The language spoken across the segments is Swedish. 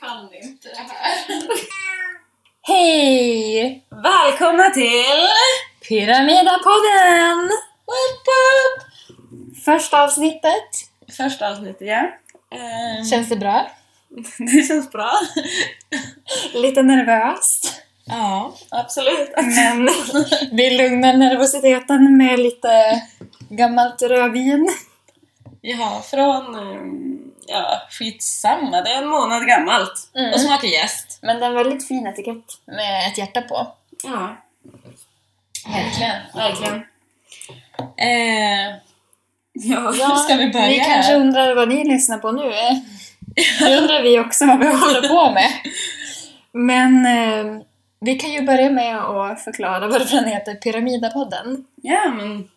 kan inte det här. Hej! Välkomna till Pyramidapodden! Upp, upp. Första avsnittet. Första avsnittet ja. Ehm, Känns det bra? det känns bra. Lite nervöst. Ja, absolut. Men vi lugnar nervositeten med lite gammalt rödvin. Ja, från... ehm, Ja, skitsamma. Det är en månad gammalt. Mm. Och smakar jäst. Men det är en väldigt fin etikett. Med ett hjärta på. Ja, Verkligen. verkligen. Eh, ja, hur ska vi börja? Ni kanske undrar vad ni lyssnar på nu. Det undrar vi också vad vi håller på med. Men eh, vi kan ju börja med att förklara varför den heter Pyramidapodden. Ja, men...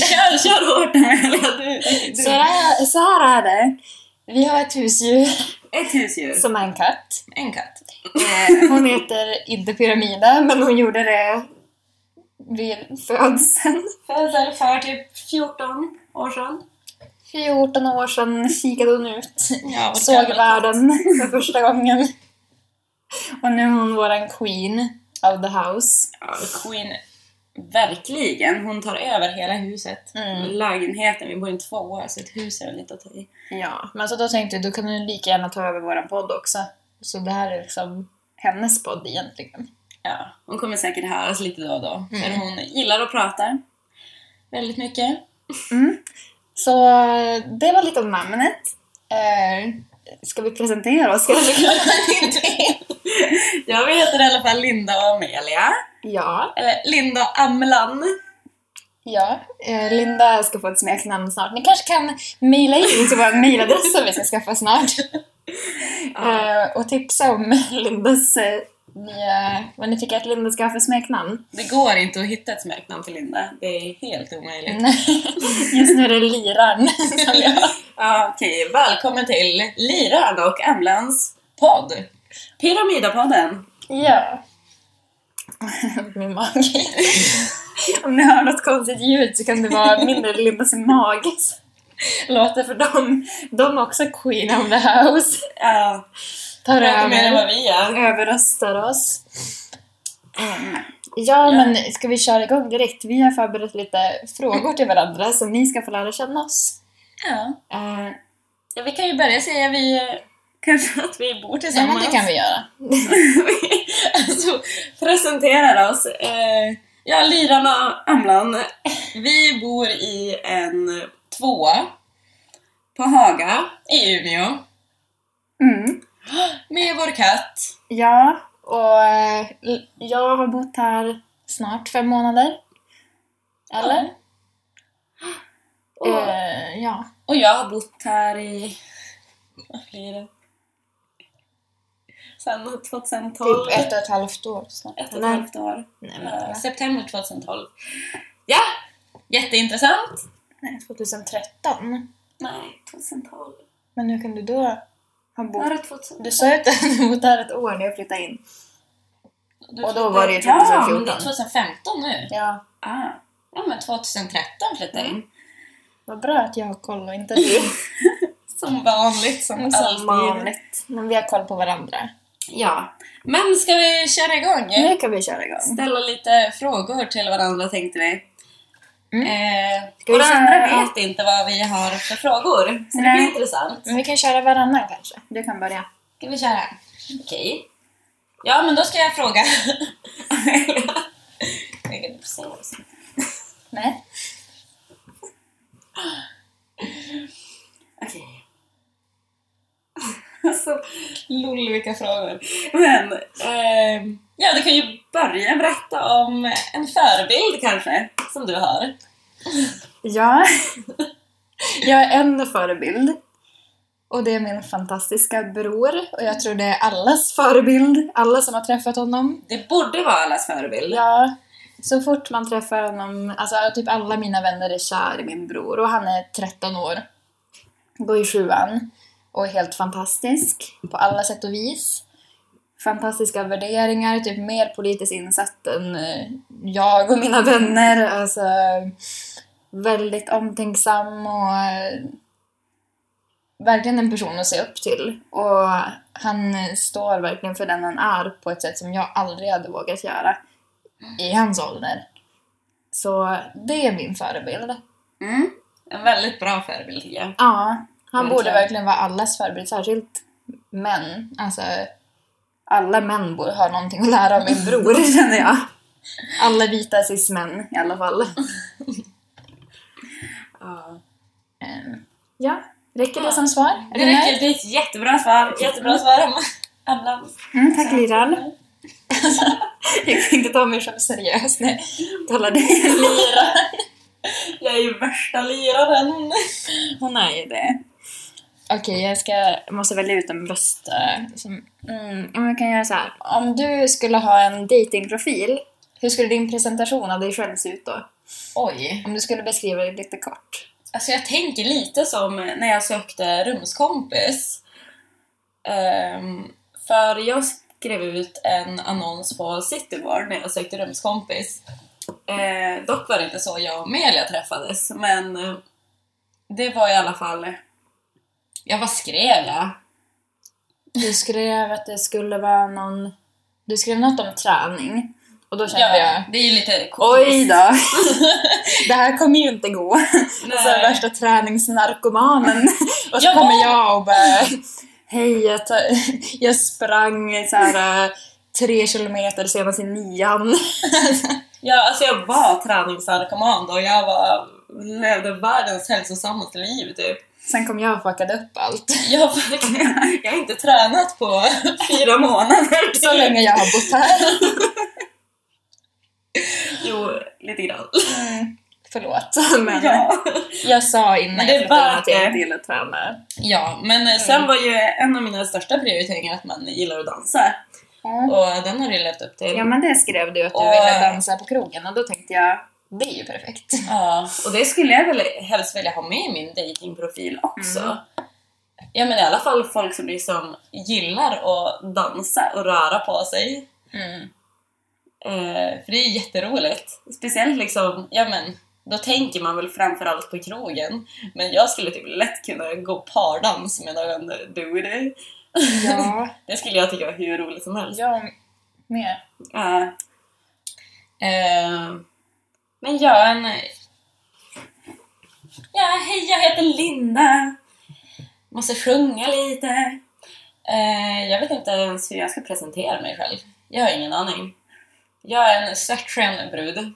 kör, kör hårt Amelia. Du, du. Så här, så här är det. Vi har ett husdjur Ett husdjur. som är en katt. En katt. Eh, Hon heter inte Pyramida, men hon gjorde det vid födseln. Föddes för typ 14 år sedan. 14 år sedan kikade hon ut. Ja, vad såg gammal. världen för första gången. Och nu är hon våran queen of the house. Ja, Queen, verkligen. Hon tar över hela huset. Mm. Lägenheten, vi bor i en tvåa, så ett hus är väl lite att ta i. Ja, men så då tänkte jag, då kan hon lika gärna ta över våran podd också. Så det här är liksom hennes podd egentligen. Ja, hon kommer säkert höras lite då och då. För Mm. hon gillar att prata väldigt mycket. Så eh, det var lite om namnet. Eh, ska vi presentera oss? Ska vi- Jag heter i alla fall Linda och Amelia. ja. Eller Linda och Amlan. ja. Eh, Linda ska få ett smeknamn snart. Ni kanske kan mejla in till vår mejladress som vi ska skaffa snart. Eh, och tipsa om Lindas eh, nya, vad ni tycker att Linda ska ha för smeknamn. Det går inte att hitta ett smeknamn för Linda. Det är helt omöjligt. Just nu är det Liran. som jag- Ja, Okej, välkommen till Liran och Amlans podd. Pyramidapodden. ja. Min mage. Om ni hör något konstigt ljud så kan det vara min eller Lindas mage som låter för dem. De är också queen of the house. Ja, Tar pratar mer än vad över, vi gör. överröstar oss. Mm. Ja, men ska vi köra igång direkt? Vi har förberett lite frågor till varandra som ni ska få lära känna oss. Ja. Eh, ja, vi kan ju börja säga vi kanske att vi bor Nej, tillsammans. men det kan vi göra. vi. alltså, presenterar oss. Eh, ja, Liran och Amlan. Vi bor i en tvåa på Haga i Umeå Mm. med vår katt. Ja, och eh, l- jag har bott här snart fem månader. Eller? Och, Eh, ja. och jag har bott här i... Vad blir det? Sen 2012. Typ ett och ett halvt år snart. ett och ett Nej. halvt år. Nej, Eh, men september 2012. Ja! Jätteintressant. Nej, 2013. Nej, 2012. Men hur kan du då ha bott... Var det 2012? Du sa ju att du hade bott här ett år när jag flyttade in. Du och då flyttade- var det ju Ja, men det 2014. är 2015 nu. Ja, Ah. Mm. Ja, men 2013 flyttade jag in. vad bra att jag har koll och inte du. Som vanligt, som, alltid. Men vi har koll på varandra. Ja. Men ska vi köra igång? Nu kan vi köra igång. Ställa lite frågor till varandra tänkte vi. Mm. Eh, Ska och vi de köra- andra vet inte vad vi har för frågor. Så det Nej. blir intressant. Men vi kan köra varannan kanske. Du kan börja. Ska vi köra? Okej. Ja, men då ska jag fråga. Jag kan inte säga det. Nej. Okej. Alltså, lol vilka frågor. Men, ehm, ja du kan ju börja berätta om en förebild kanske, som du har. Ja. Jag är en förebild. Och det är min fantastiska bror. Och jag tror det är allas förebild. Alla som har träffat honom. Det borde vara allas förebild. Ja. Så fort man träffar honom, alltså typ alla mina vänner är kär i min bror och han är 13 år. Går i sjuan. Och är helt fantastisk på alla sätt och vis. Fantastiska värderingar, typ mer politiskt insatt än eh, jag och mina vänner. Alltså, väldigt omtänksam och eh, verkligen en person att se upp till. Och han står verkligen för den han är på ett sätt som jag aldrig hade vågat göra i hans ålder. Så det är min förebild. Mm. En väldigt bra förebild tycker jag. Ja, han Verkligen. borde verkligen vara allas förebild, särskilt män. Alltså, alla män borde ha någonting att lära av min bror, känner jag. Alla vita cis-män i alla fall. Ja. Ehm, Ja, räcker det som svar? Är Det du räcker, nöjd? det är ett jättebra svar. Jättebra svar Emma. Emma. Mm, tack Liran. jag kan inte ta mig själv seriöst när jag talar dig. Lira. Jag är ju värsta liraren. Hon är ju det. Okej, jag ska, jag måste välja ut en röst. eh, Som, mm, om jag kan göra så här. Om du skulle ha en datingprofil, hur skulle din presentation av dig själv se ut då? Oj. Om du skulle beskriva dig lite kort. Alltså jag tänker lite som eh, när jag sökte rumskompis. Ehm, för jag skrev ut en annons på Citybar när jag sökte rumskompis. Eh, dock var det inte så jag och Melia träffades, men eh, det var i alla fall... Ja, vad skrev jag? Du skrev att det skulle vara någon... Du skrev något om träning. Och då kände jag... Ja, det är ju lite Oj då! det här kommer ju inte gå. Och så Nej. värsta träningsnarkomanen. Och så Jag kommer var- jag och bara... Hej, jag, ta... jag sprang så här, eh, tre kilometer senast i nian. Ja, alltså jag var träningsnarkoman då. Jag var, levde världens hälsosammaste liv typ. Sen kom jag och fuckade upp allt. Jag har, verkligen- jag har inte tränat på fyra månader. typ. Så länge jag har bott här. Jo, lite grann. Förlåt. Men Ja. jag sa innan Mm. Men det jag är flyttade värt att jag det. inte gillar träna. ja, men eh, sen var ju en av mina största prioriteringar att man gillar att dansa. Och den har du levt upp till. Ja men det skrev du att du Mm. Och- ville dansa på krogen och då tänkte jag det är ju perfekt. Ja, och det skulle jag väl helst vilja ha med i min datingprofil också. Mm. Ja men i alla fall folk som liksom gillar att dansa och röra på sig. Mm. Eh, för det är jätteroligt. Speciellt liksom, ja men, då tänker man väl framförallt på krogen. Men jag skulle typ lätt kunna gå pardans med någon dude. Ja, Det skulle jag tycka var hur roligt som helst. jag med. Ja. Eh, men ja, en... Ja, hej jag heter Linda. Måste sjunga lite. Eh, jag vet inte ens hur jag ska presentera mig själv. Jag har ingen aning. Jag är en störtskön brud.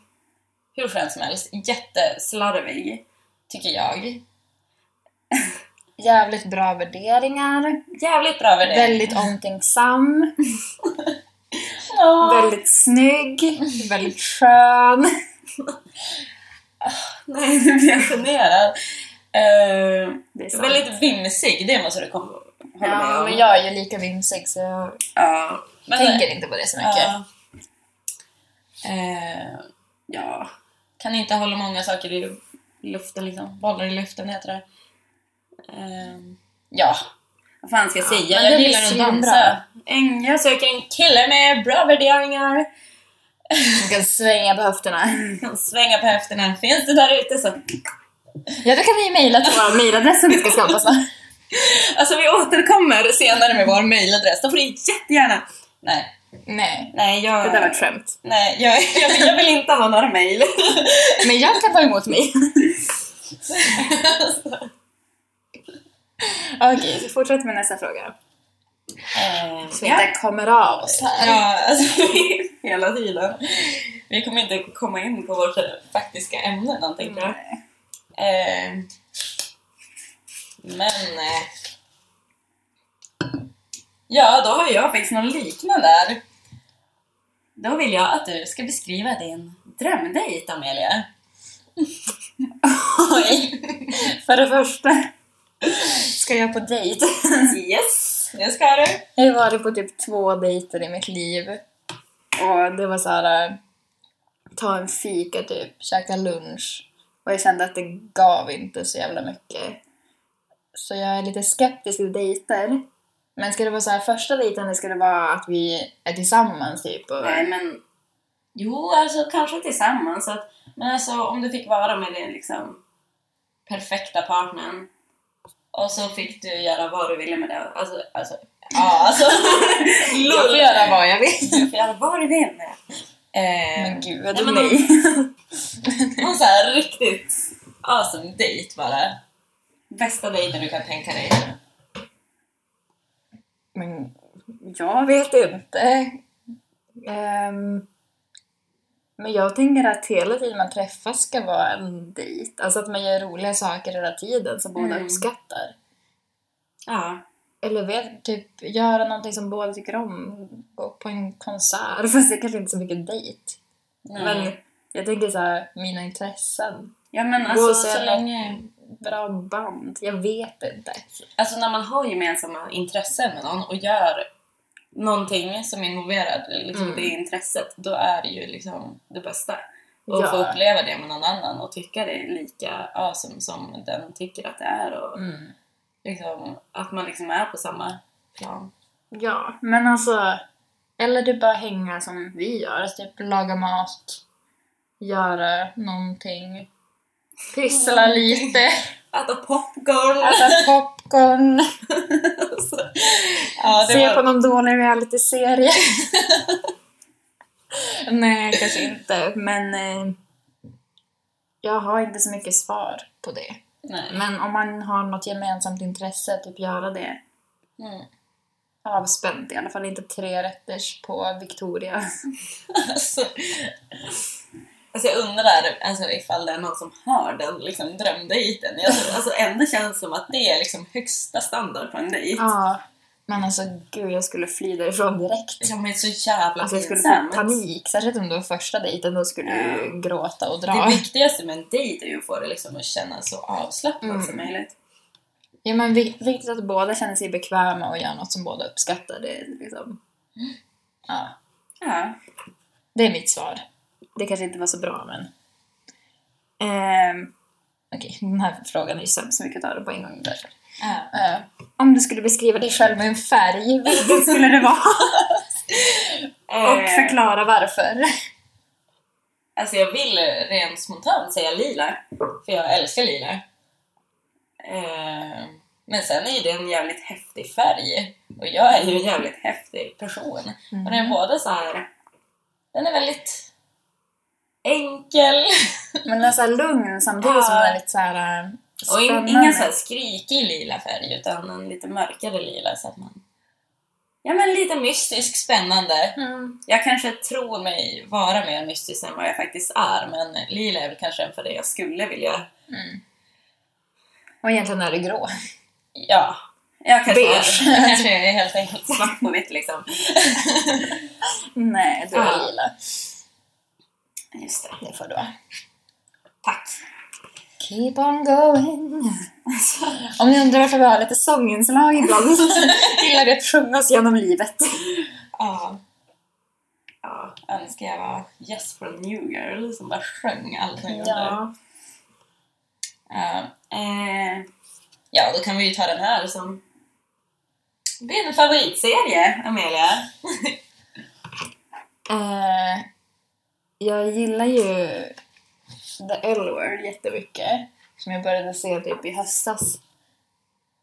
Hur skön som helst. Jätteslarvig, tycker jag. Jävligt bra värderingar, Jävligt bra värdering. väldigt omtänksam, Ja. väldigt snygg, väldigt skön. Nej, nu blir jag generad. Eh, Det är sant. väldigt vimsig, det måste du komma hålla med Ja, om. men jag är ju lika vimsig så jag Ja, men- tänker inte på det så mycket. Ja. Eh, ja. Kan inte hålla många saker i luften liksom. Bollar i luften heter det. Eh, ja. Vad fan ska jag säga? men jag det gillar att beskriver dansa. En, jag söker en kille med bra värderingar. Man kan svänga på höfterna. Kan svänga på höfterna. Finns det där ute så... Ja, då kan ni mejla till vår mejladress som vi ska skapa så. Alltså vi återkommer senare med vår mejladress. Då får ni jättegärna... Nej. Nej, Nej, jag... det där var ett skämt. Nej, jag, jag, vill, jag vill inte ha några mejl. Men jag kan ta emot mig. Okej, så fortsätt med nästa fråga. Eh, Så vi inte kommer av oss här. Ja, alltså hela tiden. Vi kommer inte komma in på vårt eh, faktiska ämne någonting tror jag. Eh, men... Eh, ja, då har jag faktiskt någon liknande här. Då vill jag att du ska beskriva din drömdejt, Amelia. Oj. För det första ska jag på dejt. Yes, det ska du. Jag har varit på typ två dejter i mitt liv. Och det var så här eh, ta en fika typ, käka lunch. Och jag kände att det gav inte så jävla mycket. Så jag är lite skeptisk till dejter. Men ska det vara så här första dejten, det ska det vara att vi är tillsammans typ? Och... Nej, men... Jo, alltså kanske tillsammans. Att, men alltså om du fick vara med din liksom, perfekta partnern Och så fick du göra vad du ville med det. Alltså, alltså, ja, alltså. Jag får göra vad jag vill. Du får göra vad du vill med det. Eh, Men gud, nej, men nej. det var en så här riktigt awesome dejt bara. Bästa dejten du kan tänka dig. Men jag vet inte. Ehm, men jag tänker att hela tiden man träffas ska vara en dejt. Alltså att man gör roliga saker hela tiden som båda Mm. uppskattar. Ja. Eller vet, typ göra någonting som båda tycker om. Gå på en konsert. Fast det kanske inte är så mycket dejt. Mm. Men jag tänker så här, mina intressen. ja, men Gå alltså, och så se länge, Bra band. Jag vet inte. alltså när man har gemensamma intressen med någon och gör någonting som involverar liksom, Mm. det intresset, då är det ju liksom det bästa. Och Ja. få uppleva det med någon annan och tycka det är lika awesome som den tycker att det är. Och, liksom, att man liksom är på samma plan. Ja, men alltså... Eller du bara hänga som vi gör. Alltså typ laga mat, göra någonting, pyssla lite, Äta popcorn! Mm. äta popcorn, ja, det se var... på någon dålig realityserie. Nej, kanske inte, men... Eh, jag har inte så mycket svar på det. Nej. Men om man har något gemensamt intresse, typ göra det. Mm. avspänt i alla fall, inte tre rätters på Victoria. Alltså, alltså jag undrar alltså, ifall det är någon som har den liksom, drömdejten. Jag, alltså, ändå känns det som att det är liksom högsta standard på en dejt. Ja. Men alltså gud, jag skulle fly därifrån direkt. Som är så jävla Alltså jag skulle få pinsamt. panik, särskilt om det var första dejten, då skulle du ju gråta och dra. Det viktigaste med en dejt är ju att få det liksom, att kännas så avslappnat Mm. som möjligt. Ja men vi- viktigt att båda känner sig bekväma och gör något som båda uppskattar. Det är, liksom... ja, Ja. det är mitt svar. Det kanske inte var så bra men... Ehm, Okej, den här frågan är ju sämst så vi kan ta det på en gång därför. Eh, om du skulle beskriva dig själv med en färg, vilken skulle det vara? Och Eh, förklara varför. Alltså jag vill rent spontant säga lila, för jag älskar lila. Eh, men sen är ju det en jävligt häftig färg och jag är ju en jävligt häftig person. Och den är både så här. den är väldigt enkel Men den är såhär lugn samtidigt som den är lite såhär eh, och in, spännande. ingen så här skrikig lila färg utan en lite mörkare lila så att man Ja men lite mystisk, spännande. Mm. Jag kanske tror mig vara mer mystisk än vad jag faktiskt är men lila är väl kanske en färg jag skulle vilja Och egentligen är det grå. Ja. Jag kanske, Beige. jag kanske är helt enkelt svart på vitt liksom. Nej, du är Ja. lila. Just det. Det får du ha. Tack. Keep on going. Om ni undrar varför vi har lite sånginslag ibland så gillar vi att sjunga oss genom livet. Ja. ja. Önskar jag var Yes for a New Girl som bara sjöng allt jag gjorde. Ja. Ja. Eh, ja, då kan vi ju ta den här som din favoritserie, Amelia. Eh, jag gillar ju The L-word jättemycket. Som jag började se typ i höstas.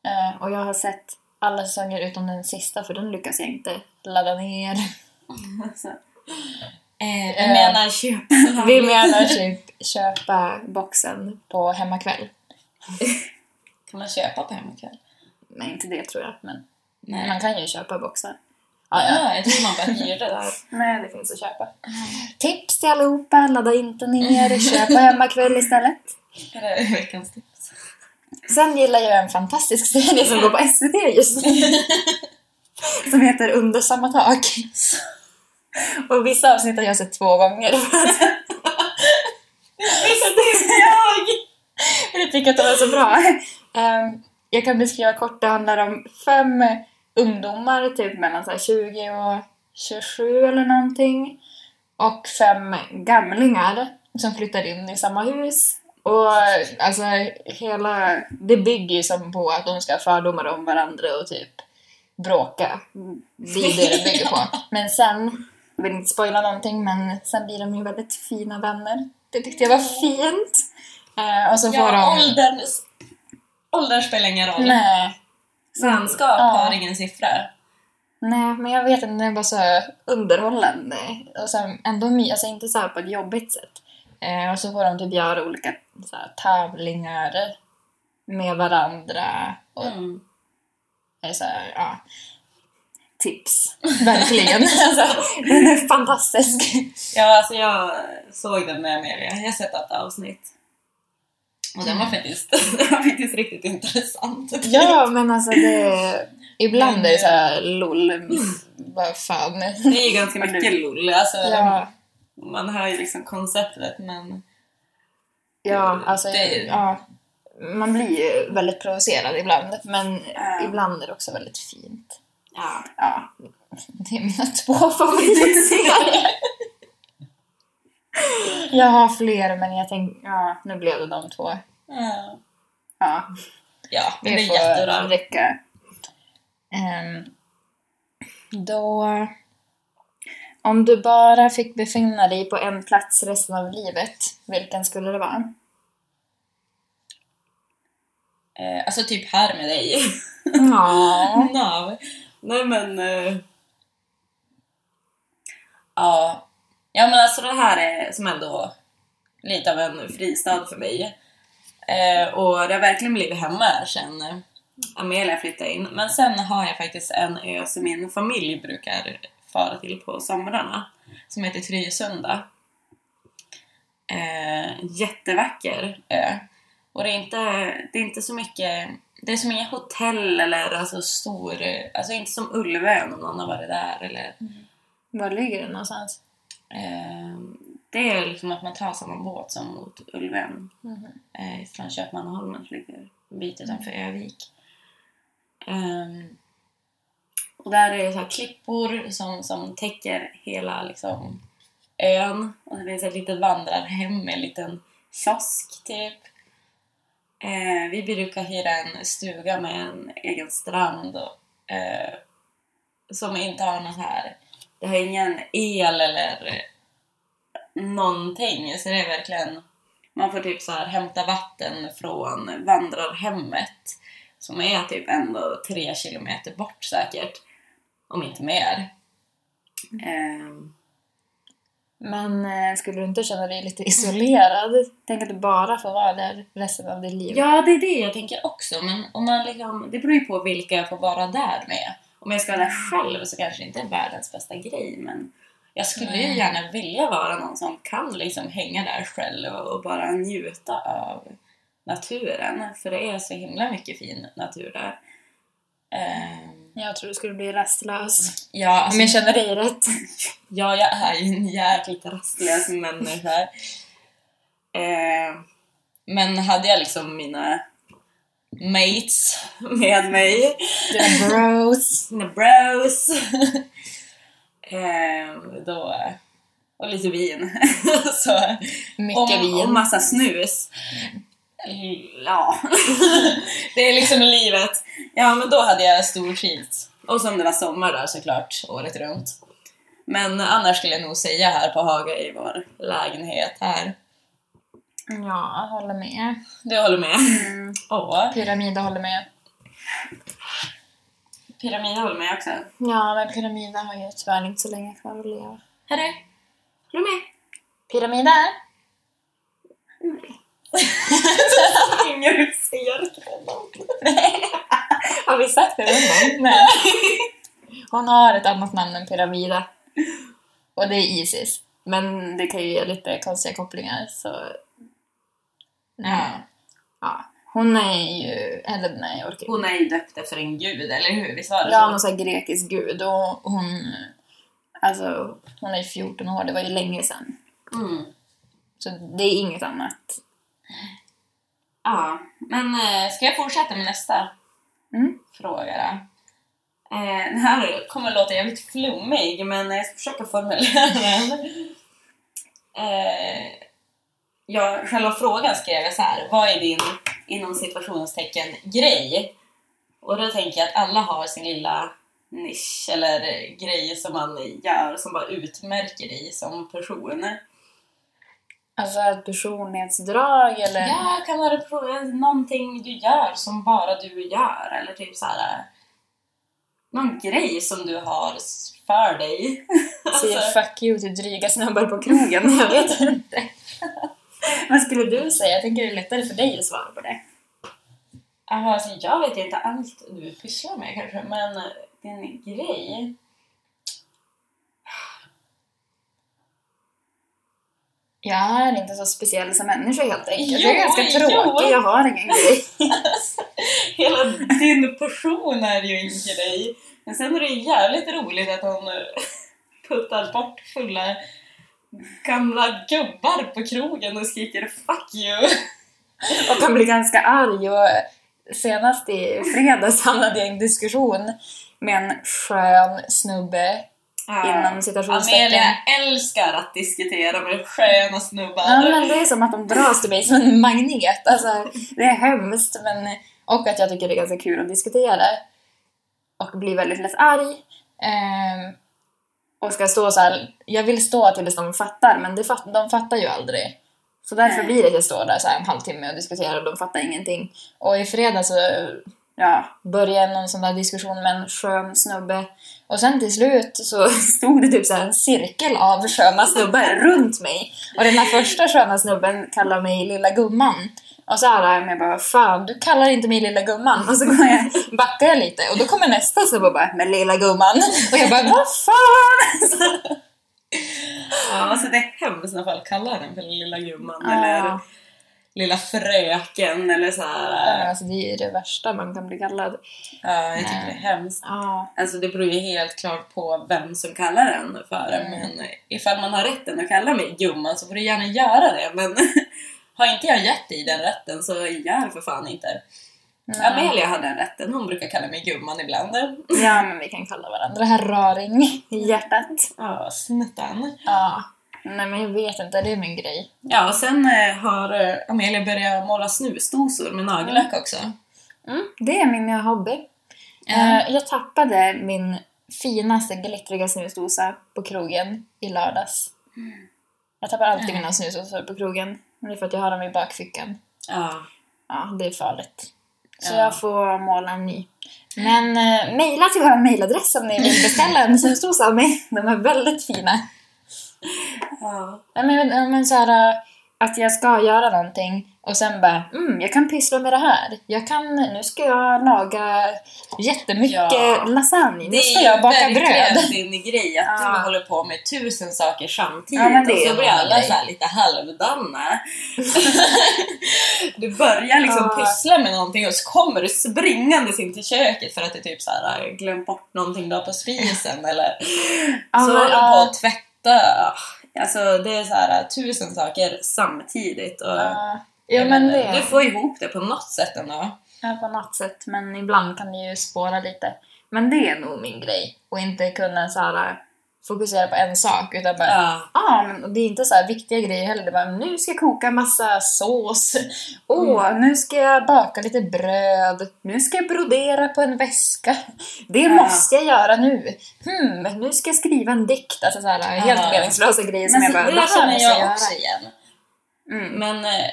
Eh, och jag har sett alla säsonger utom den sista för den lyckas jag inte ladda ner. Alltså. Eh, vi Eh. menar köp. Vill gärna typ köpa boxen på hemmakväll. Kan man köpa på Hemmakväll? Nej, inte det tror jag, men Nej. man kan ju köpa boxar. Ah, Ja, ja. Mm. jag tror man bara hyrde det här. Nej, det finns att köpa. Tips till allihopa, ladda inte ner, köpa hemmakväll istället. Det här är veckans tips. Sen gillar jag en fantastisk serie som går på SVT just nu. Som heter Under samma tak. Och vissa avsnitt har jag sett två gånger. Visst, det är jag! Jag tycker att de är så bra. Ehm, jag kan beskriva kort, det handlar om fem ungdomar, typ mellan så här 20 och 27 eller någonting. Och fem gamlingar som flyttar in i samma hus. Och alltså hela, det bygger ju som på att de ska ha fördomar om varandra och typ bråka. Det är det det bygger på. Men sen, jag vill inte spoila någonting, men sen blir de ju väldigt fina vänner. Det tyckte jag var fint. Eh, och så får Ja, de... ålderns Ålder spelar ingen roll. Nej. Vänskap Ja. har ingen siffra. Nej, men jag vet inte, det är bara så här underhållande. Och sen ändå my- alltså inte så här på ett jobbigt sätt. Eh, och så får de typ göra olika så här, tävlingar med varandra. Och Mm. eh, så här, ja. Tips. Verkligen. alltså, den är fantastisk. Ja, alltså jag såg den med Amelia. Jag har sett ett avsnitt. Och den var faktiskt, den var faktiskt riktigt intressant. ja, men alltså det... Ibland är det så här LOL, vad fan. Det är ju ganska mycket lull. Alltså, Ja, Man hör ju liksom konceptet men... ja alltså Det- ja. Man blir ju väldigt provocerad ibland, men Ja. ibland är det också väldigt fint. Ja. Ja, det är mina två favoritserier. jag har fler, men jag tänkte, ja, nu blev det de två. Ja, Ja, ja men Det, det är får jättebra. räcka. Ehm, då... Om du bara fick befinna dig på en plats resten av livet, vilken skulle det vara? Eh, alltså typ här med dig. Ja. Nav. Nej men... eh, Ja. Ja men alltså det här är som ändå lite av en fristad för mig. Eh, och det har verkligen blivit hemma här sen eh, Amelia flyttade in. Men sen har jag faktiskt en ö som min familj brukar fara till på somrarna. Som heter Trysunda. Eh, jättevacker ö. Och det är, inte, det är inte så mycket, det är som inga hotell eller alltså stor, alltså inte som Ulvön om någon har varit där eller Var ligger det någonstans? eh, Det är liksom att man tar samma båt som mot Ulvön eh, från Köpmanholmen som ligger en bit utanför Övik. Ehm, och där är det så här klippor som, som täcker hela liksom, ön. Och det finns ett litet vandrarhem med en liten kiosk typ. Eh, vi brukar hyra en stuga med en egen strand och, eh, som inte har någon så här... Det har ingen el eller någonting. Så det är verkligen... Man får typ så här hämta vatten från vandrarhemmet som är typ ändå tre kilometer bort säkert. Om inte mer. Ehm, Men eh, skulle du inte känna dig lite isolerad? Tänk att du bara får vara där resten av ditt liv. ja, det är det jag tänker också. Men om man liksom, det beror ju på vilka jag får vara där med. Om jag ska vara där själv så kanske det inte är världens bästa grej. Men jag skulle ju Nej. gärna vilja vara någon som kan liksom hänga där själv och bara njuta av naturen. För det är så himla mycket fin natur där. Ehm, Jag tror du skulle bli rastlös. ja, alltså- Om jag känner dig rätt. Ja, jag är ju en jäkligt rastlös människa. Eh, men hade jag liksom mina mates med mig, Dina bros. mina bros, eh, då, och lite vin. Så, Mycket om, vin. Och massa snus. Ja, det är liksom livet. Ja, men då hade jag stortrivts. Och som det var sommar där såklart, året runt. Men annars skulle jag nog säga här på Haga i vår lägenhet här. Ja, håller med. Du håller med? Mm. Åh, Pyramida håller med. Pyramiden håller med också. Ja, men Pyramida har ju tyvärr inte så länge kvar att leva. Hörru, håller du med? Pyramida? Ingen ser Har vi sagt det någon gång? Nej. Hon har ett annat namn än Pyramida. Och det är Isis. Men det kan ju ge lite konstiga kopplingar, så... Ja. ja. Hon är ju... Eller nej, jag orkar inte. Hon är ju döpt efter en gud, eller hur? Visst var det Ja, så? någon sån här grekisk gud och hon... Alltså, hon är ju 14 år, det var ju länge sedan. Mm. Så det är inget annat. Ja, men eh, ska jag fortsätta med nästa Mm. fråga då? Eh, den här kommer låta jävligt flummig, men jag ska försöka formulera den. Eh, ja, själva frågan skrev jag så här. Vad är din, inom situationstecken, grej? Och då tänker jag att alla har sin lilla nisch eller eh, grej som man gör som bara utmärker dig som person. Alltså ett personlighetsdrag eller... Ja, kan vara pro- någonting du gör som bara du gör. Eller typ så här. Någon grej som du har s- för dig. Säger fuck you till dryga snubbar på krogen. Alltså, Jag vet inte. Vad skulle du säga? Jag tänker det är lättare för dig att svara på det. Jaha, alltså, jag vet inte allt du pysslar med kanske, men din grej... Jag är inte så speciell som människa helt enkelt. Jo, jag är ganska jo. tråkig, jag har ingen grej. Hela din person är ju en grej. Men sen är det ju jävligt roligt att hon eh, puttar bort fulla gamla gubbar på krogen och skriker 'fuck you' Och kan bli ganska arg och senast i fredags hamnade jag i en diskussion med en skön snubbe inom citationstecken. Amelia älskar att diskutera med sköna snubbar. Ja, men det är som att de dras till mig som en magnet. Alltså, det är hemskt, men... Och att jag tycker det är ganska kul att diskutera. Och blir väldigt lätt arg. Ehm, och ska stå så här. Jag vill stå tills de fattar, men det fatt, de fattar ju aldrig. Så därför Nej. blir det att jag står där så här en halvtimme och diskuterar och de fattar ingenting. Och i fredags så ja, började någon sån där diskussion med en skön snubbe. Och sen till slut så stod det typ så här en cirkel av sköna snubbar runt mig. Och den här första sköna snubben kallar mig lilla gumman. Och så här, men jag bara, fan du kallar inte mig lilla gumman. Och så går jag, backar jag lite och då kommer nästa snubbe och bara, men lilla gumman. Och jag bara, vad fan! Så, Ja, alltså det är hemskt när folk kallar den för lilla gumman Ja. eller lilla fröken eller så här. alltså, det är det värsta man kan bli kallad. Ja, jag tycker det är hemskt. Ja. Alltså det beror ju helt klart på vem som kallar den för det, Mm. men ifall man har rätten att kalla mig gumman så får du gärna göra det, men har inte jag gett dig den rätten så gör för fan inte det. Amelia har den rätten, hon brukar kalla mig gumman ibland. Ja, men vi kan kalla varandra herr Raring i hjärtat. Ja, snuttan. Ja. Nej, men jag vet inte, det är min grej. Ja, och sen eh, har eh, Amelia börjat måla snusdosor med nagellack Mm. också. Det är min nya hobby. Ja. Eh, Jag tappade min finaste glittriga snusdosa på krogen i lördags. Jag tappar alltid Mm. mina snusdosor på krogen. Men det är för att jag har dem i bakfickan. Ja. Ja, det är farligt. Så Ja. jag får måla en ny. Men eh, mejla till vår mejladress om ni vill beställa en snusdosa av mig. De är väldigt fina. ja. Nej, men, men, men så här, äh, att jag ska göra någonting och sen bara mm, jag kan pyssla med det här. Jag kan, nu ska jag laga jättemycket Ja. lasagne. Det Nu ska är jag jag baka verkligen bröd. din grej att Ja. du håller på med tusen saker samtidigt Ja, men det och är så blir en alla grej. så här lite halvdana. du börjar liksom Ja. pyssla med någonting och så kommer du springandes in till köket för att du typ så här, har glömt bort någonting du har på spisen eller Ja, så men, håller ja. du på att tvätta. Alltså det är så här tusen saker samtidigt. Och, Ja, jo, men det Du får ihop det på något sätt ändå. Ja, på något sätt, men ibland kan det ju spåra lite. Men det är nog min grej. Och inte kunna så här, äh, fokusera på en sak utan bara Ja. Ja, Ah, men och det är inte så här viktiga grejer heller. Det är Bara, nu ska jag koka massa sås. Åh, Mm. nu ska jag baka lite bröd. Nu ska jag brodera på en väska. Det Ja. måste jag göra nu. Hmm, nu ska jag skriva en dikt. Alltså så här, helt Ja. meningslösa grejer som Men jag så- bara, det där här känner måste jag göra." också igen. Mm. Men eh,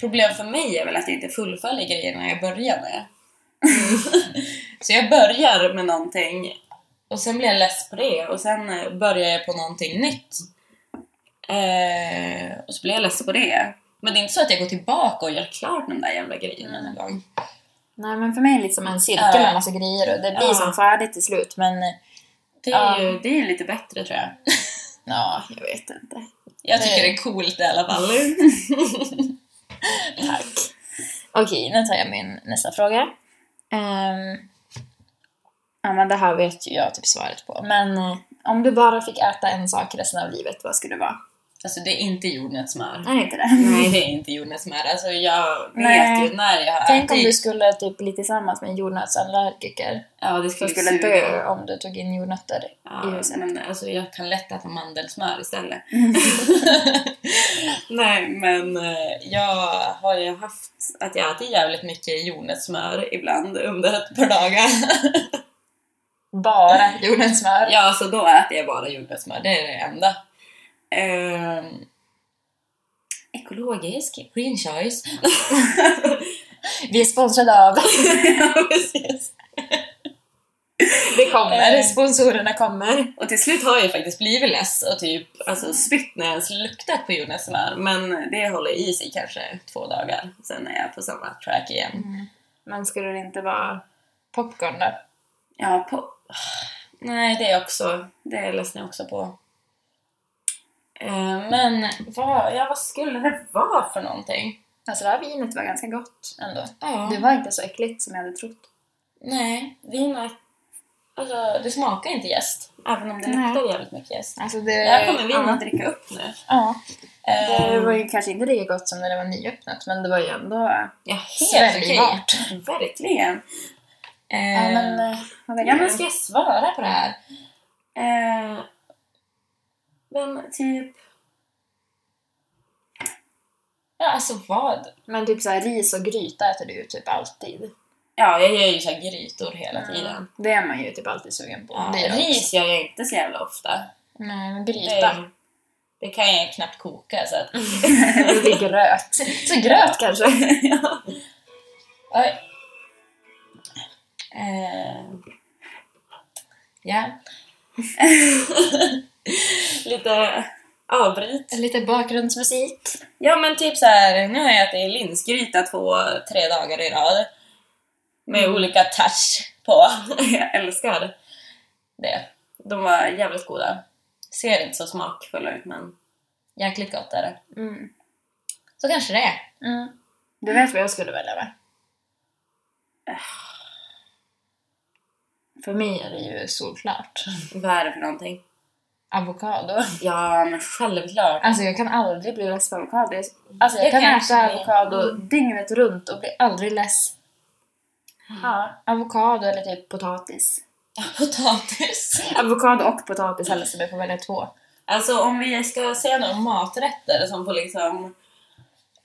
problem för mig är väl att jag inte fullföljer grejerna jag börjar med. så jag börjar med någonting och sen blir jag less på det och sen eh, börjar jag på någonting nytt. Eh, och så blir jag less på det. Men det är inte så att jag går tillbaka och gör klart de där jävla grejerna någon Mm. gång. Nej, men för mig är det lite som en cirkel Ja. med massa grejer och det blir Ja. som färdigt till slut. Men Det Ja. är ju det är lite bättre tror jag. ja, jag vet inte. Jag tycker Nej. det är coolt i alla fall. Tack. Okej, nu tar jag min nästa fråga. Ehm, ja, men det här vet ju jag typ svaret på. Men eh, om du bara fick äta en sak resten av livet, vad skulle det vara? alltså det är inte jordnötssmör. Nej, inte det. Nej, det är inte jordnötssmör. Alltså jag vet Nej. ju när jag har Tänk om ätit. du skulle typ bli tillsammans med en jordnötsallergiker Ja, det som skulle, skulle suga. dö om du tog in jordnötter i Ja, huset. Mm. men alltså jag kan lätt äta mandelsmör istället. Nej, men eh, jag har ju haft att jag ätit jävligt mycket jordnötssmör ibland under ett par dagar. Bara jordnötssmör. ja, så då äter jag bara jordnötssmör. Det är det enda. Ehm, Ekologisk, green choice. Vi är sponsrade av... Ja, precis. Det kommer, Eh. sponsorerna kommer. Och till slut har jag ju faktiskt blivit less och typ alltså, spytt när jag ens luktat på jordnötssmör. Men det håller i sig kanske två dagar. Sen är jag på samma track igen. Men skulle det inte vara popcorn då? Ja, på... Nej, det är också... Det är jag ledsen också på. Eh, Men vad, ja, vad skulle det vara för någonting? Alltså det här vinet var ganska gott ändå. Ja. Det var inte så äckligt som jag hade trott. Nej, vinet... Alltså, det smakar inte jäst. Även om det Nej. luktar jävligt mycket jäst. Alltså det... Det här kommer vin ja. att dricka upp nu. ja. Det Eh, var ju kanske inte lika gott som när det var nyöppnat, men det var ju ändå Ja, helt okej. sväljbart. Verkligen. Eh, Ja, men... eh, vad tänker ja, men du? ska jag svara på det här? Eh, men typ... Ja, alltså vad? Men typ såhär ris och gryta äter du ju typ alltid. Ja, jag gör ju så här grytor hela tiden. Det är man ju typ alltid sugen på. Ja, Det är jag ris gör jag inte så jävla ofta. också. Nej, men Det, gryta. det kan jag knappt koka. Så att, Det blir gröt. Så gröt kanske. ja. Oj. Eh, ja. Lite avbryt. Lite bakgrundsmusik. Ja men typ så här, nu har jag ätit linsgryta två, tre dagar i rad. Med olika touch på. jag älskar det. De var jävligt goda. Ser inte så smakfulla ut men jäkligt gott är det. Mm. Så kanske det. är. Mm. Du vet vad jag skulle välja va? Äh. För mig är det ju solklart. Vad är det för någonting? Avokado. Ja men självklart. Alltså jag kan aldrig bli less på avokado. Alltså jag Det kan kanske äta blir- Mm. avokado dygnet runt och bli aldrig less. Mm. Ja, avokado eller typ potatis. Potatis. Avokado och potatis eller så jag får välja två. Alltså om vi ska säga några maträtter som får liksom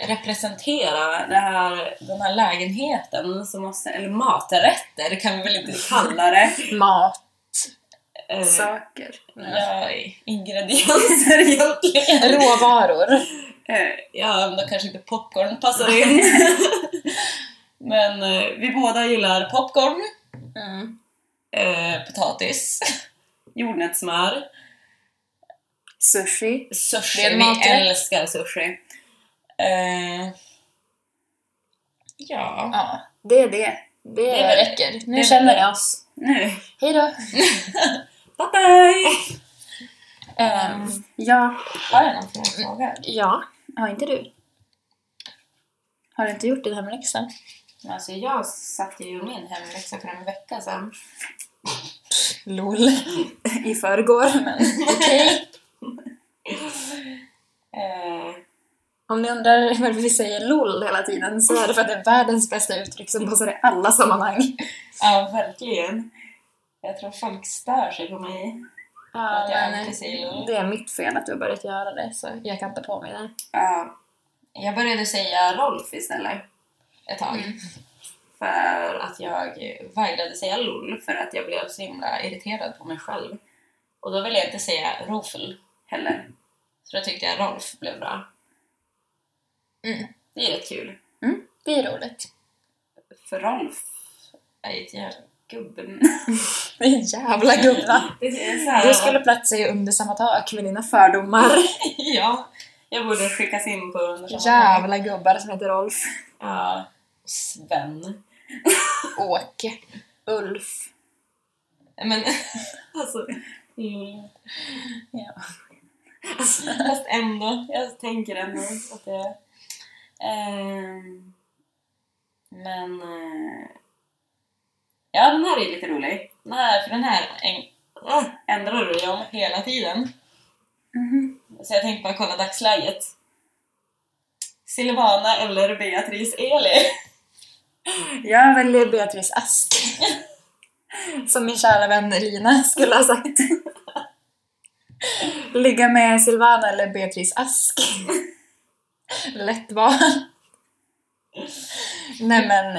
representera det här, den här lägenheten, så måste, eller maträtter kan vi väl inte kalla det. Matsaker. Eh, ja, ingredienser egentligen. Råvaror. Eh, ja, men då kanske inte popcorn passar in. men eh, vi båda gillar popcorn, eh, potatis, jordnötssmör, Sushi. sushi. Det är en vi maträtt. älskar sushi. Eh, ja. Ja, det är det. Det, är väl- räcker. Nu det är väl känner det. Mm. jag oss. Nu. Hej då. Bye bye! Oh. Ehm, ja. Har jag någon fler fråga? ja, har inte du? Har du inte gjort din hemläxa? Alltså jag satte ju min hemläxa för en vecka sedan. LOL. I förrgår. Men okej. Eh, Om ni undrar varför vi säger LOL hela tiden så är det för att det är världens bästa uttryck som passar i alla sammanhang. ja, verkligen. Jag tror folk stör sig på mig. Ja, Att jag alltid säger LOL. det är mitt fel att du har börjat göra det så jag kan ta på mig det. Ja. Eh, jag började säga Rolf istället ett tag. Mm. För att jag vägrade säga LOL för att jag blev så himla irriterad på mig själv. Och då ville jag inte säga Rofl heller. Så då tyckte jag Rolf blev bra. Mm. Det är rätt kul. Mm, det är roligt. För Rolf är ju ett jävla gubben. Det är jävla gubbar. Det är så här, Du skulle platsa ju under samma tak med dina fördomar. Ja, jag borde skickas in på undersökning. Jävla gubbar som heter Rolf. Ja. Sven. Åke. Ulf. Men alltså... Mm. Ja. Alltså, fast ändå. Jag tänker ändå att det... Ehm, men... eh, ja, den här är lite rolig. Den här, för den här äng, ah, ändrar du ju om hela tiden. Mhm. Så jag tänkte bara kolla dagsläget. Silvana eller Beatrice Eli? Jag väljer Beatrice Ask. Som min kära vän Elina skulle ha sagt. Ligga med Silvana eller Beatrice Ask. Lätt val. Nej men,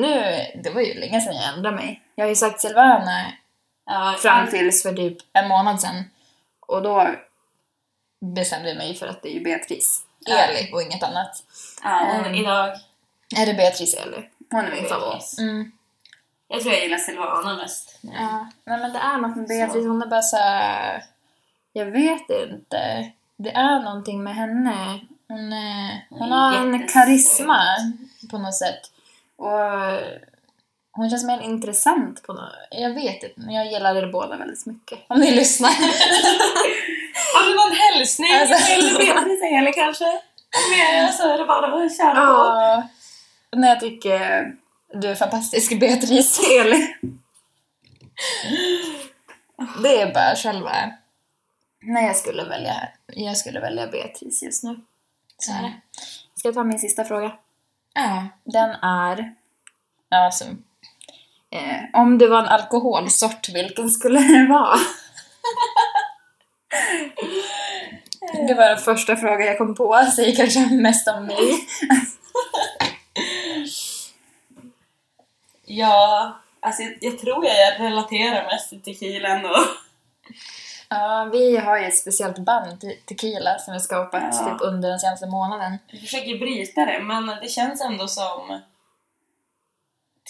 nu, det var ju länge sedan jag ändrade mig. Jag har ju sagt Silvana Ja, fram tills för typ en månad sedan. Och då bestämde jag mig för att det är ju Beatrice. Ja. Eli och inget annat. Ja, och Mm. idag... Är det Beatrice Eli? Hon är min favorit. Beatrice. Mm. Jag tror jag gillar Silvana mest. Ja, nej men det är något med Beatrice, hon är bara så här, Jag vet inte. Det är någonting med henne. Hon, är- hon har en Jättesöt. karisma på något sätt. Och eh, hon känns mer intressant på något Jag vet inte, men jag gillar er båda väldigt mycket. Om ni lyssnar. Om det var en hälsning Alltså. till Beatrice Eli kanske? Mer så är det bara att köra på. Ja. Nej, jag tycker du är fantastisk Beatrice Eli. Det är bara själva... Nej, jag skulle välja Jag skulle välja Beatrice just nu. Så är det. Ska jag ta min sista fråga? Ja. Den är... Ja, alltså, eh, om du var en alkoholsort, vilken skulle det vara? Det var den första frågan jag kom på, säger kanske mest om mig. Ja, alltså jag, jag tror jag relaterar mest till tequila ändå. Ja, vi har ju ett speciellt band, Te- Tequila, som vi skapat Ja. typ under den senaste månaden. Jag försöker bryta det, men det känns ändå som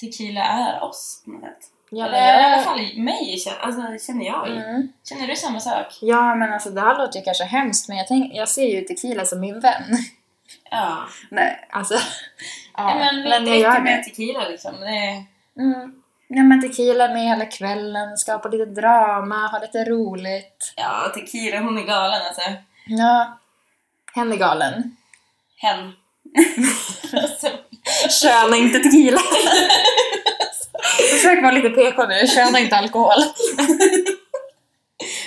tequila är oss på något sätt. Ja, Eller i alla fall mig, kän- alltså, känner jag. ju. Mm. Känner du samma sak? Ja, men alltså det här låter ju kanske hemskt, men jag, tänk, jag ser ju Tequila som min vän. Ja. Nej, alltså... Nej, men vi men jag dricker gör mer det. tequila liksom. Det är... Mm. Ja, men tequila med hela kvällen, skapa lite drama, ha lite roligt. Ja, tequila, hon är galen alltså. Ja. Hen är galen. Hen. alltså, Köna inte tequila! Försök vara lite PK nu, köna inte alkohol.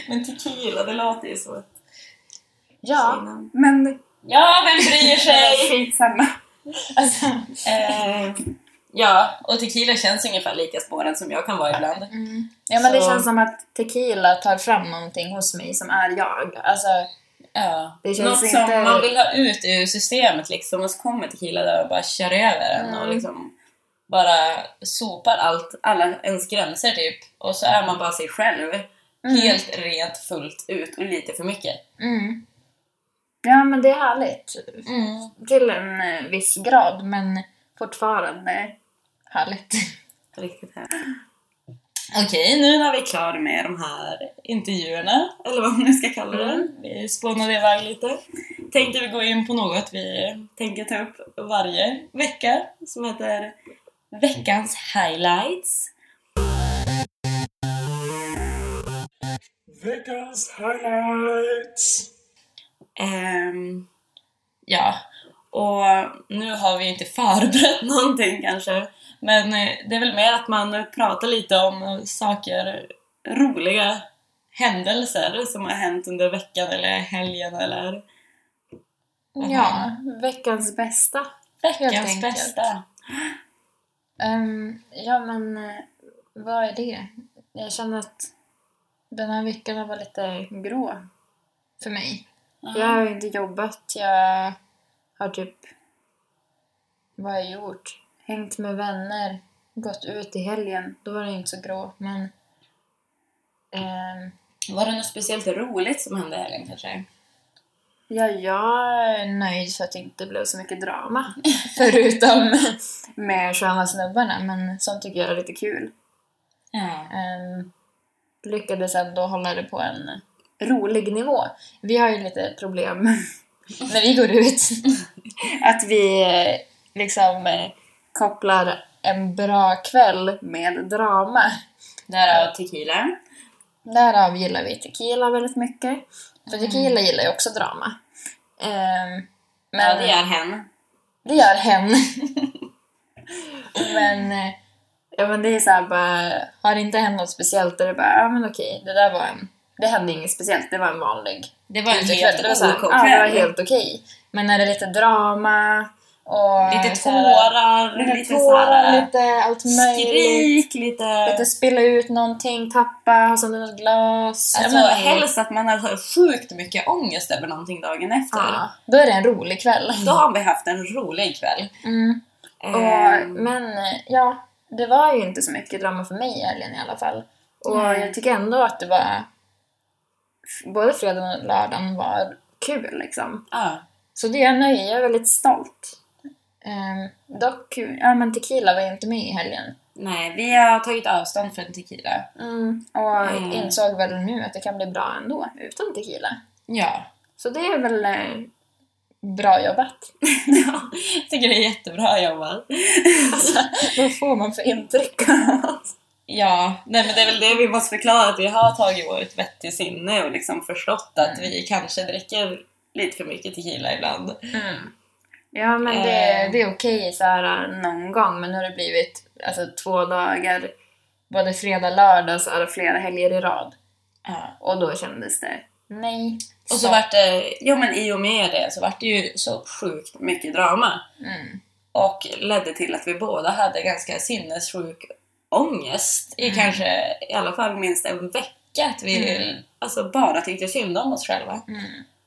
men tequila, det låter ju så. Ja, men... Ja, vem bryr sig? Skitsamma. Alltså, Eh, ja, och tequila känns ungefär lika spårad som jag kan vara ibland. mm. Ja, men det Så- känns som att tequila tar fram någonting hos mig som är jag. Alltså, Ja. Det känns Något inte- som man vill ha ut ur systemet liksom, och så kommer tequila där och bara kör över en och Mm. liksom bara sopar allt, alla ens gränser typ. Och så är man bara sig själv. Mm. Helt rent, fullt ut och lite för mycket. mm. Ja, men det är härligt. Till en eh, viss grad, men fortfarande härligt. Riktigt här. Okej, nu när vi är klara med de här intervjuerna, eller vad man nu ska kalla det. Vi spånade iväg lite. Tänkte vi gå in på något vi tänker ta upp varje vecka, som heter Veckans highlights. Veckans highlights! Ehm, ja, och nu har vi inte förberett någonting kanske. Men eh, det är väl mer att man pratar lite om saker, roliga händelser som har hänt under veckan eller helgen eller Ja, Mm. veckans bästa. Mm. veckans bästa. Ehm, ja, men eh, vad är det? Jag känner att den här veckan har varit lite grå för mig. Jag har inte jobbat, jag har typ... Vad har jag gjort? Hängt med vänner, gått ut i helgen. Då var det inte så grå, men... ehm, Var det något speciellt roligt som hände i helgen kanske? Ja, jag är nöjd för att det inte blev så mycket drama. Förutom med sköna snubbarna, men sånt tycker jag är lite kul. Ja. Ehm, lyckades ändå hålla det på en rolig nivå. Vi har ju lite problem när vi går ut. att vi eh, liksom eh, kopplar en bra kväll med drama. Därav tequila. Därav gillar vi tequila väldigt mycket. För tequila gillar ju också drama. Ehm, Mm. men Ja, det gör hen. det gör hen. men, eh, ja, men det är så här bara, har inte hänt något speciellt där det bara, ja men okej, det där var en, det hände inget speciellt, det var en vanlig Det var en utekväll. helt Det var så här, OK ja, det var kväll. helt okej. Men när det är lite drama och Lite så här- tårar, lite, lite så tårar, här, eh, lite allt möjligt. skrik, lite... Lite spilla ut någonting, tappa, ha sönder något glas. Alltså, Ja, men- helst att man har så här sjukt mycket ångest över någonting dagen efter. Ja, då är det en rolig kväll. Då har vi haft en rolig kväll. Mm. Och, Ehm, men eh, ja, det var ju inte så mycket drama för mig i helgen i alla fall. Och Nej. jag tycker ändå att det var... Både fredagen och lördagen var kul liksom. ja. Så det är jag nöjd, jag är väldigt stolt. Ehm, dock, ja men tequila var ju inte med i helgen. Nej, vi har tagit avstånd från tequila. Och Mm. insåg väl nu att det kan bli bra ändå utan tequila. Ja. Så det är väl eh, bra jobbat. Jag tycker det är jättebra jobbat. Vad får man för intryck av oss? Ja, nej men det är väl det vi måste förklara att vi har tagit vårt vett till sinne och liksom förstått att vi kanske dricker lite för mycket tequila ibland. Ja men det, Eh. det är okej så här någon gång men nu har det blivit alltså, två dagar, både fredag och lördag så är det flera helger i rad. Ja. Och då kändes det nej. Och så vart det, ja men i och med det så vart det ju så sjukt mycket drama. Mm. Och ledde till att vi båda hade ganska sinnessjuk ångest i kanske i alla fall minst en vecka. Att vi Mm. alltså bara tyckte synd om oss själva.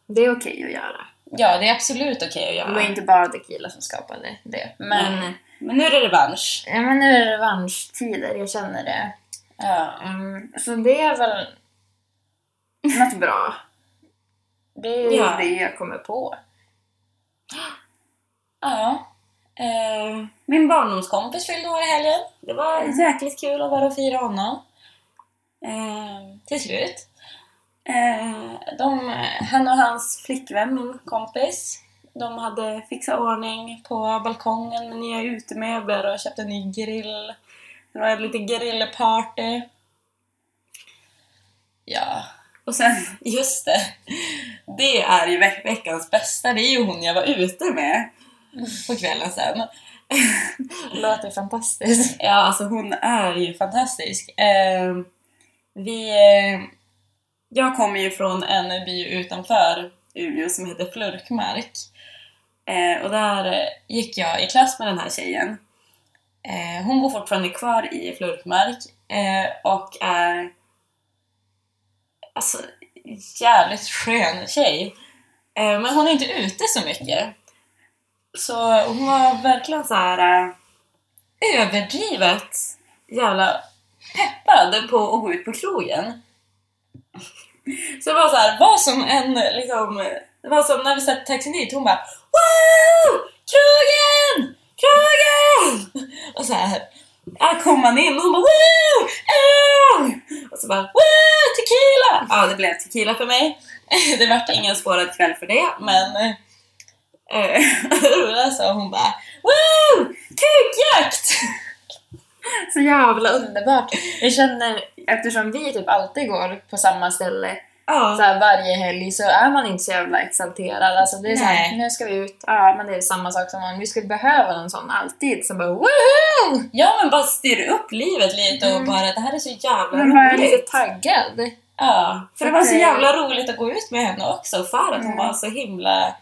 Det är okej att göra. Mm. Ja, det är absolut okej att Det var göra. inte bara tequila som skapade det. Men, Nej. Men nu är det revansch. ja, men nu är det revanschtider, jag känner det. Ja. Ehm, så det är väl något bra. Det är Ja. det jag kommer på. ja. Eh, min barndomskompis fyllde år i helgen. Det var jäkligt kul att vara och fira honom. Eh, till slut. Eh, de, han och hans flickvän, min kompis, de hade fixat ordning på balkongen med nya utemöbler och köpt en ny grill. Det var lite grillparty. Ja, och sen, just det. Det är ju veck- veckans bästa. Det är ju hon jag var ute med på kvällen sen. Låter fantastiskt. Ja, alltså hon är ju fantastisk. Eh, vi, eh, jag kommer ju från en by utanför Umeå som heter Flurkmark. Eh, och där eh, gick jag i klass med den här tjejen. Eh, hon bor fortfarande kvar i Flurkmark eh, och är alltså jävligt skön tjej. Eh, men hon är inte ute så mycket. Så hon var verkligen så här... Eh, överdrivet jävla peppad på att gå ut på krogen. Så det var så här, var som en liksom, det var som när vi satt i taxin hit, hon bara Wow! Krogen! Krogen! Och så här, här kom man in och hon bara Wow! Öl! Och så bara Wow! Tequila! Ja, det blev tequila för mig. Det vart ingen spårad kväll för det, men eh, Ulla sa hon bara Wow! Kukjakt! Så jävla underbart. Jag känner, eftersom vi typ alltid går på samma ställe så Ja. här varje helg så är man inte så jävla exalterad. Alltså det är så här, Nej. nu ska vi ut, ja men det är samma sak som om vi skulle behöva någon sån alltid som bara woho! ja, men bara styr upp livet lite och bara det här är så jävla Mm. Men var jag lite roligt. taggad. Ja, för det var så Okej. Mm. jävla roligt att gå ut med henne också för att hon var så himla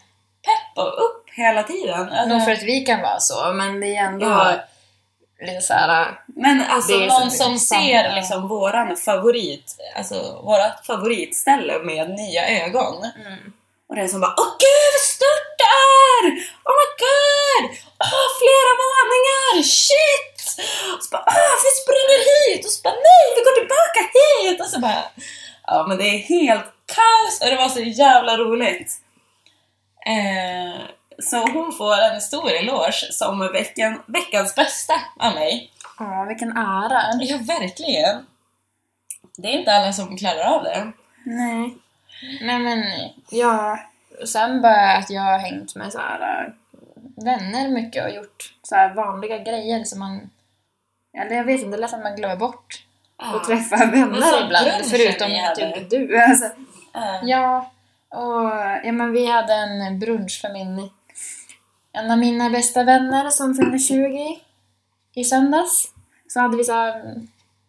pepp och upp hela tiden. Nog Alltså, för att vi kan vara så, men det är ändå Ja. lite så här. men alltså Det är så någon som intressant. ser liksom våran favorit, alltså vårat favoritställe med nya ögon. Mm. Och den som bara Åh gud vad stort det är! Oh my god! Åh flera våningar! Shit! Och så bara Åh vi springer hit! Och så bara nej vi går tillbaka hit! Och så bara Ja men det är helt kaos och det var så jävla roligt! Eh, så hon får en stor eloge som veckan, veckans bästa av mig. Ja, vilken ära. Ja verkligen! Det är inte alla som klarar av det. Nej. Nej men, ja. Sen bara att jag har hängt med så här äh, vänner mycket och gjort så här vanliga grejer som man... Eller jag vet inte, det är lätt att man glömmer bort och träffa Men så vänner ibland. brunchen Förutom ni hade. typ du. Alltså. Ja. Ja, och ja, men vi hade en brunch för min... En av mina bästa vänner som fyllde 20 i söndags. Så hade vi så här,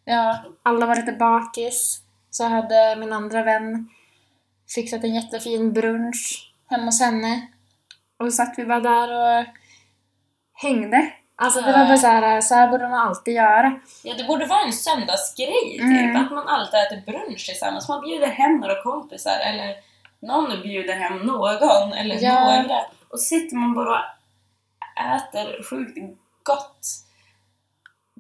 ja, alla var lite bakis. Så hade min andra vän fixat en jättefin brunch hemma hos henne. Och så satt vi bara där och hängde. Alltså det var bara så här, så här borde man alltid göra. Ja, det borde vara en söndagsgrej typ, Mm. att man alltid äter brunch tillsammans. Man bjuder hem några kompisar eller någon bjuder hem någon eller Ja. några. Och sitter man bara och äter sjukt gott,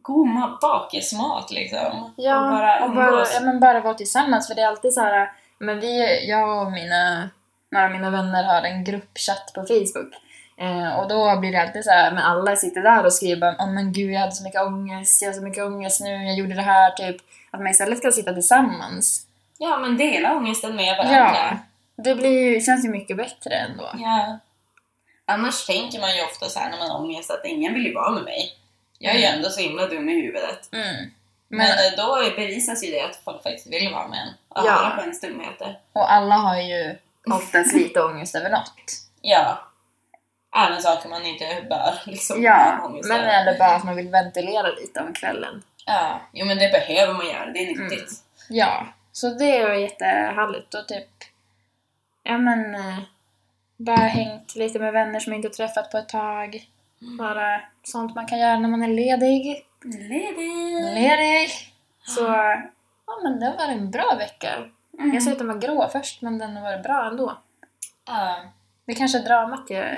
god ma- bakismat liksom. Ja, och bara och bara, umgås. ja, men bara vara tillsammans. För det är alltid så här, men vi, jag och mina några av mina vänner har en gruppchatt på Facebook. Eh, och då blir det alltid så här, men alla sitter där och skriver bara oh, men gud jag hade så mycket ångest, jag har så mycket ångest nu, jag gjorde det här, typ. Att man istället ska sitta tillsammans. Ja, men dela ångesten med Ja. varandra. Det blir, ju- känns ju mycket bättre ändå. Ja. Annars tänker man ju ofta så här när man har ångest att ingen vill ju vara med mig. Jag är ju ändå så himla dum i huvudet. Mm. Men, Men, eh, då bevisas ju det att folk faktiskt vill vara med en och Ja. höra på ens dumheter. och alla har ju oftast lite ångest över något. Ja. Även saker man inte bör liksom ha Ja, ångest men över. eller bara att man vill ventilera lite om kvällen. Ja, jo men det behöver man göra, det är nyttigt. Ja, så det var jättehärligt och typ, ja men, eh, bara hängt lite med vänner som jag inte träffat på ett tag. Bara sånt man kan göra när man är ledig. Ledig! Ledig! Så, ja men det var en bra vecka. Mm. Jag sa att den var grå först, men den var bra ändå. Mm. Ja. Det kanske är dramat jag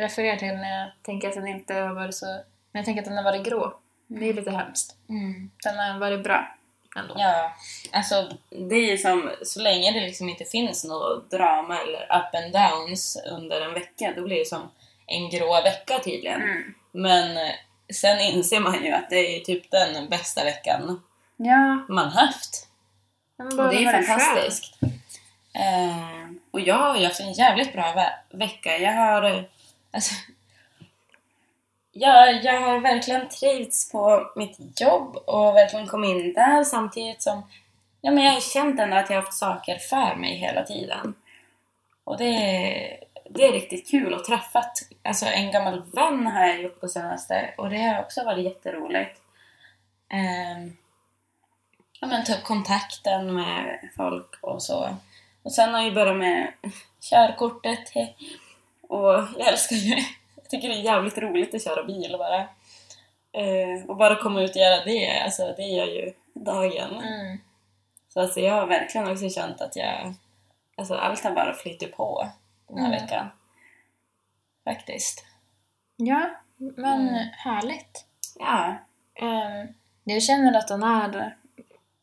refererar till när jag tänker att den inte har varit så, när jag tänker att den har varit grå. Det är lite hemskt. Mm. Den har varit bra ändå. Ja, alltså det är ju som, så länge det liksom inte finns något drama eller up and downs under en vecka, då blir det som en grå vecka tydligen. Mm. Men eh, sen inser man ju att det är ju typ den bästa veckan Ja, man haft. den Och bara det är ju varit skön. fantastiskt. Eh, och jag har ju haft en jävligt bra ve- vecka. Jag har... eh, Alltså, jag, jag har verkligen trivts på mitt jobb och verkligen kommit in där samtidigt som ja, men jag har känt ändå att jag har haft saker för mig hela tiden. Och det, det är riktigt kul och träffat alltså, en gammal vän har jag gjort på senaste och det har också varit jätteroligt. Ehm, ja, men ta upp kontakten med folk och så. Och sen har jag ju börjat med körkortet. Och jag älskar ju, jag tycker det är jävligt roligt att köra bil bara. Eh, och bara komma ut och göra det, alltså det gör ju dagen. Mm. Så alltså, jag har verkligen också känt att jag... Alltså allt har bara flyttat på den här Mm. veckan. Faktiskt. Ja, men Mm. härligt. Ja. Ehm. Um, jag känner att den här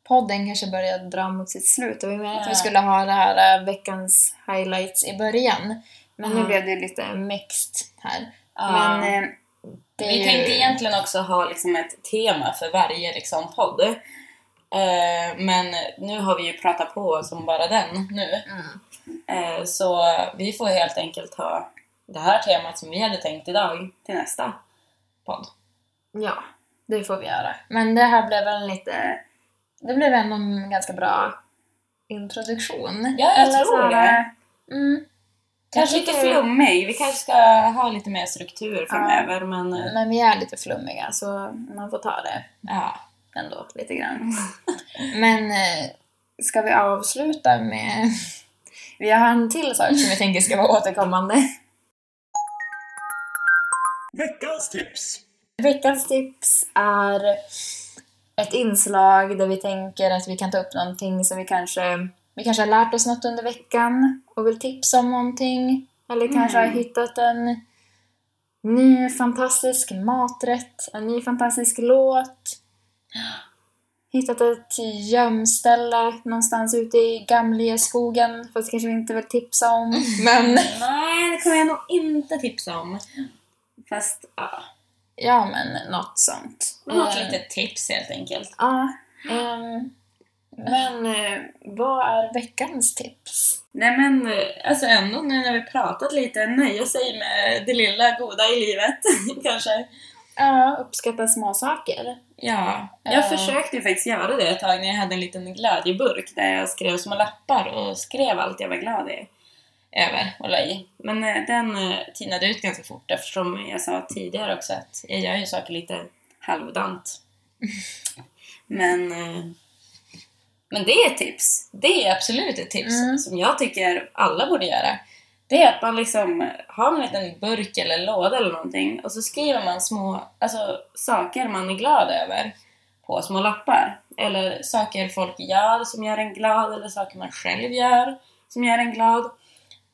podden kanske börjar dra mot sitt slut och vi menade att vi Ja. skulle ha det här eh, veckans highlights i början. Men nu Mm. blev det lite mixed här. Ja. Men eh, det är Vi ju... tänkte egentligen också ha liksom ett tema för varje liksom, podd. Eh, men nu har vi ju pratat på som bara den nu. Mm. Eh, så vi får helt enkelt ha det här temat som vi hade tänkt idag till nästa podd. Ja, det får vi göra. Men det här blev en lite... Det blev ändå en ganska bra introduktion. Ja, jag tror så här, Mm. Kanske Jag lite tycker- flummig. Vi kanske ska ha lite mer struktur framöver. Men eh, Men vi är lite flummiga så man får ta det. ja. ändå lite grann. Men eh, ska vi avsluta med... Vi har en till sak som jag tänker ska vara återkommande. Veckans tips! Veckans tips är ett inslag där vi tänker att vi kan ta upp någonting som vi kanske, vi kanske har lärt oss något under veckan och vill tipsa om någonting. Eller kanske har hittat en ny fantastisk maträtt, en ny fantastisk låt. Hittat ett gömställe någonstans ute i Gamleskogen, fast kanske vi inte vill tipsa om. Men Nej, det kommer jag nog inte tipsa om. Fast ja, ja, men något sånt. något Eh, litet tips helt enkelt. Ja. ehm, men eh, vad är veckans tips? Nej men eh, alltså ändå nu när vi pratat lite, nöja sig med det lilla goda i livet kanske. Ja, uppskatta småsaker. Ja, jag Eh. försökte ju faktiskt göra det ett tag när jag hade en liten glädjeburk där jag skrev små lappar och skrev allt jag var glad i, över och la i. Men eh, den eh, tinade ut ganska fort eftersom jag sa tidigare också att jag gör ju saker lite halvdant. Men, eh, men det är ett tips. Det är absolut ett tips Mm. som jag tycker alla borde göra. Det är att man liksom har en liten burk eller låda eller någonting och så skriver man små alltså, saker man är glad över på små lappar. Eller saker folk gör som gör en glad eller saker man själv gör som gör en glad.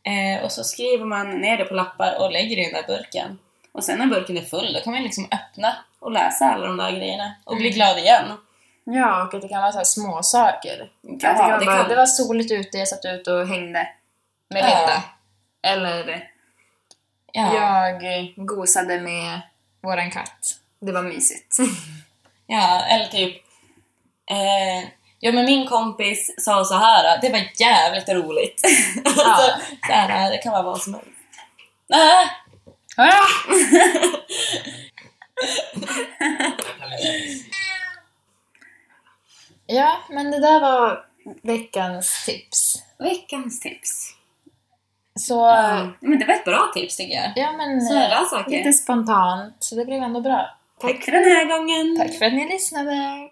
Eh, och så skriver man ner det på lappar och lägger det i den där burken. Och sen när burken är full, då kan man liksom öppna och läsa alla de där grejerna och bli glad igen. Ja, och att det kan vara så här småsaker. Ja, att det, kan det vara, kan- det var soligt ute, jag satt ut och hängde. Melinda. Ja. Eller Ja. ja. jag gosade med våran katt. Det var mysigt. eller typ... Eh, ja, men min kompis sa så här. Det var jävligt roligt. alltså, så här, det kan vara vad som helst. Äh. Nej, Ah! ja, men det där var veckans tips. veckans tips. Så, Ja. Men det var ett bra tips tycker jag. ja men Snälla eh, saker. lite spontant, så det blev ändå bra. Tack för den här gången. Tack för att ni lyssnade!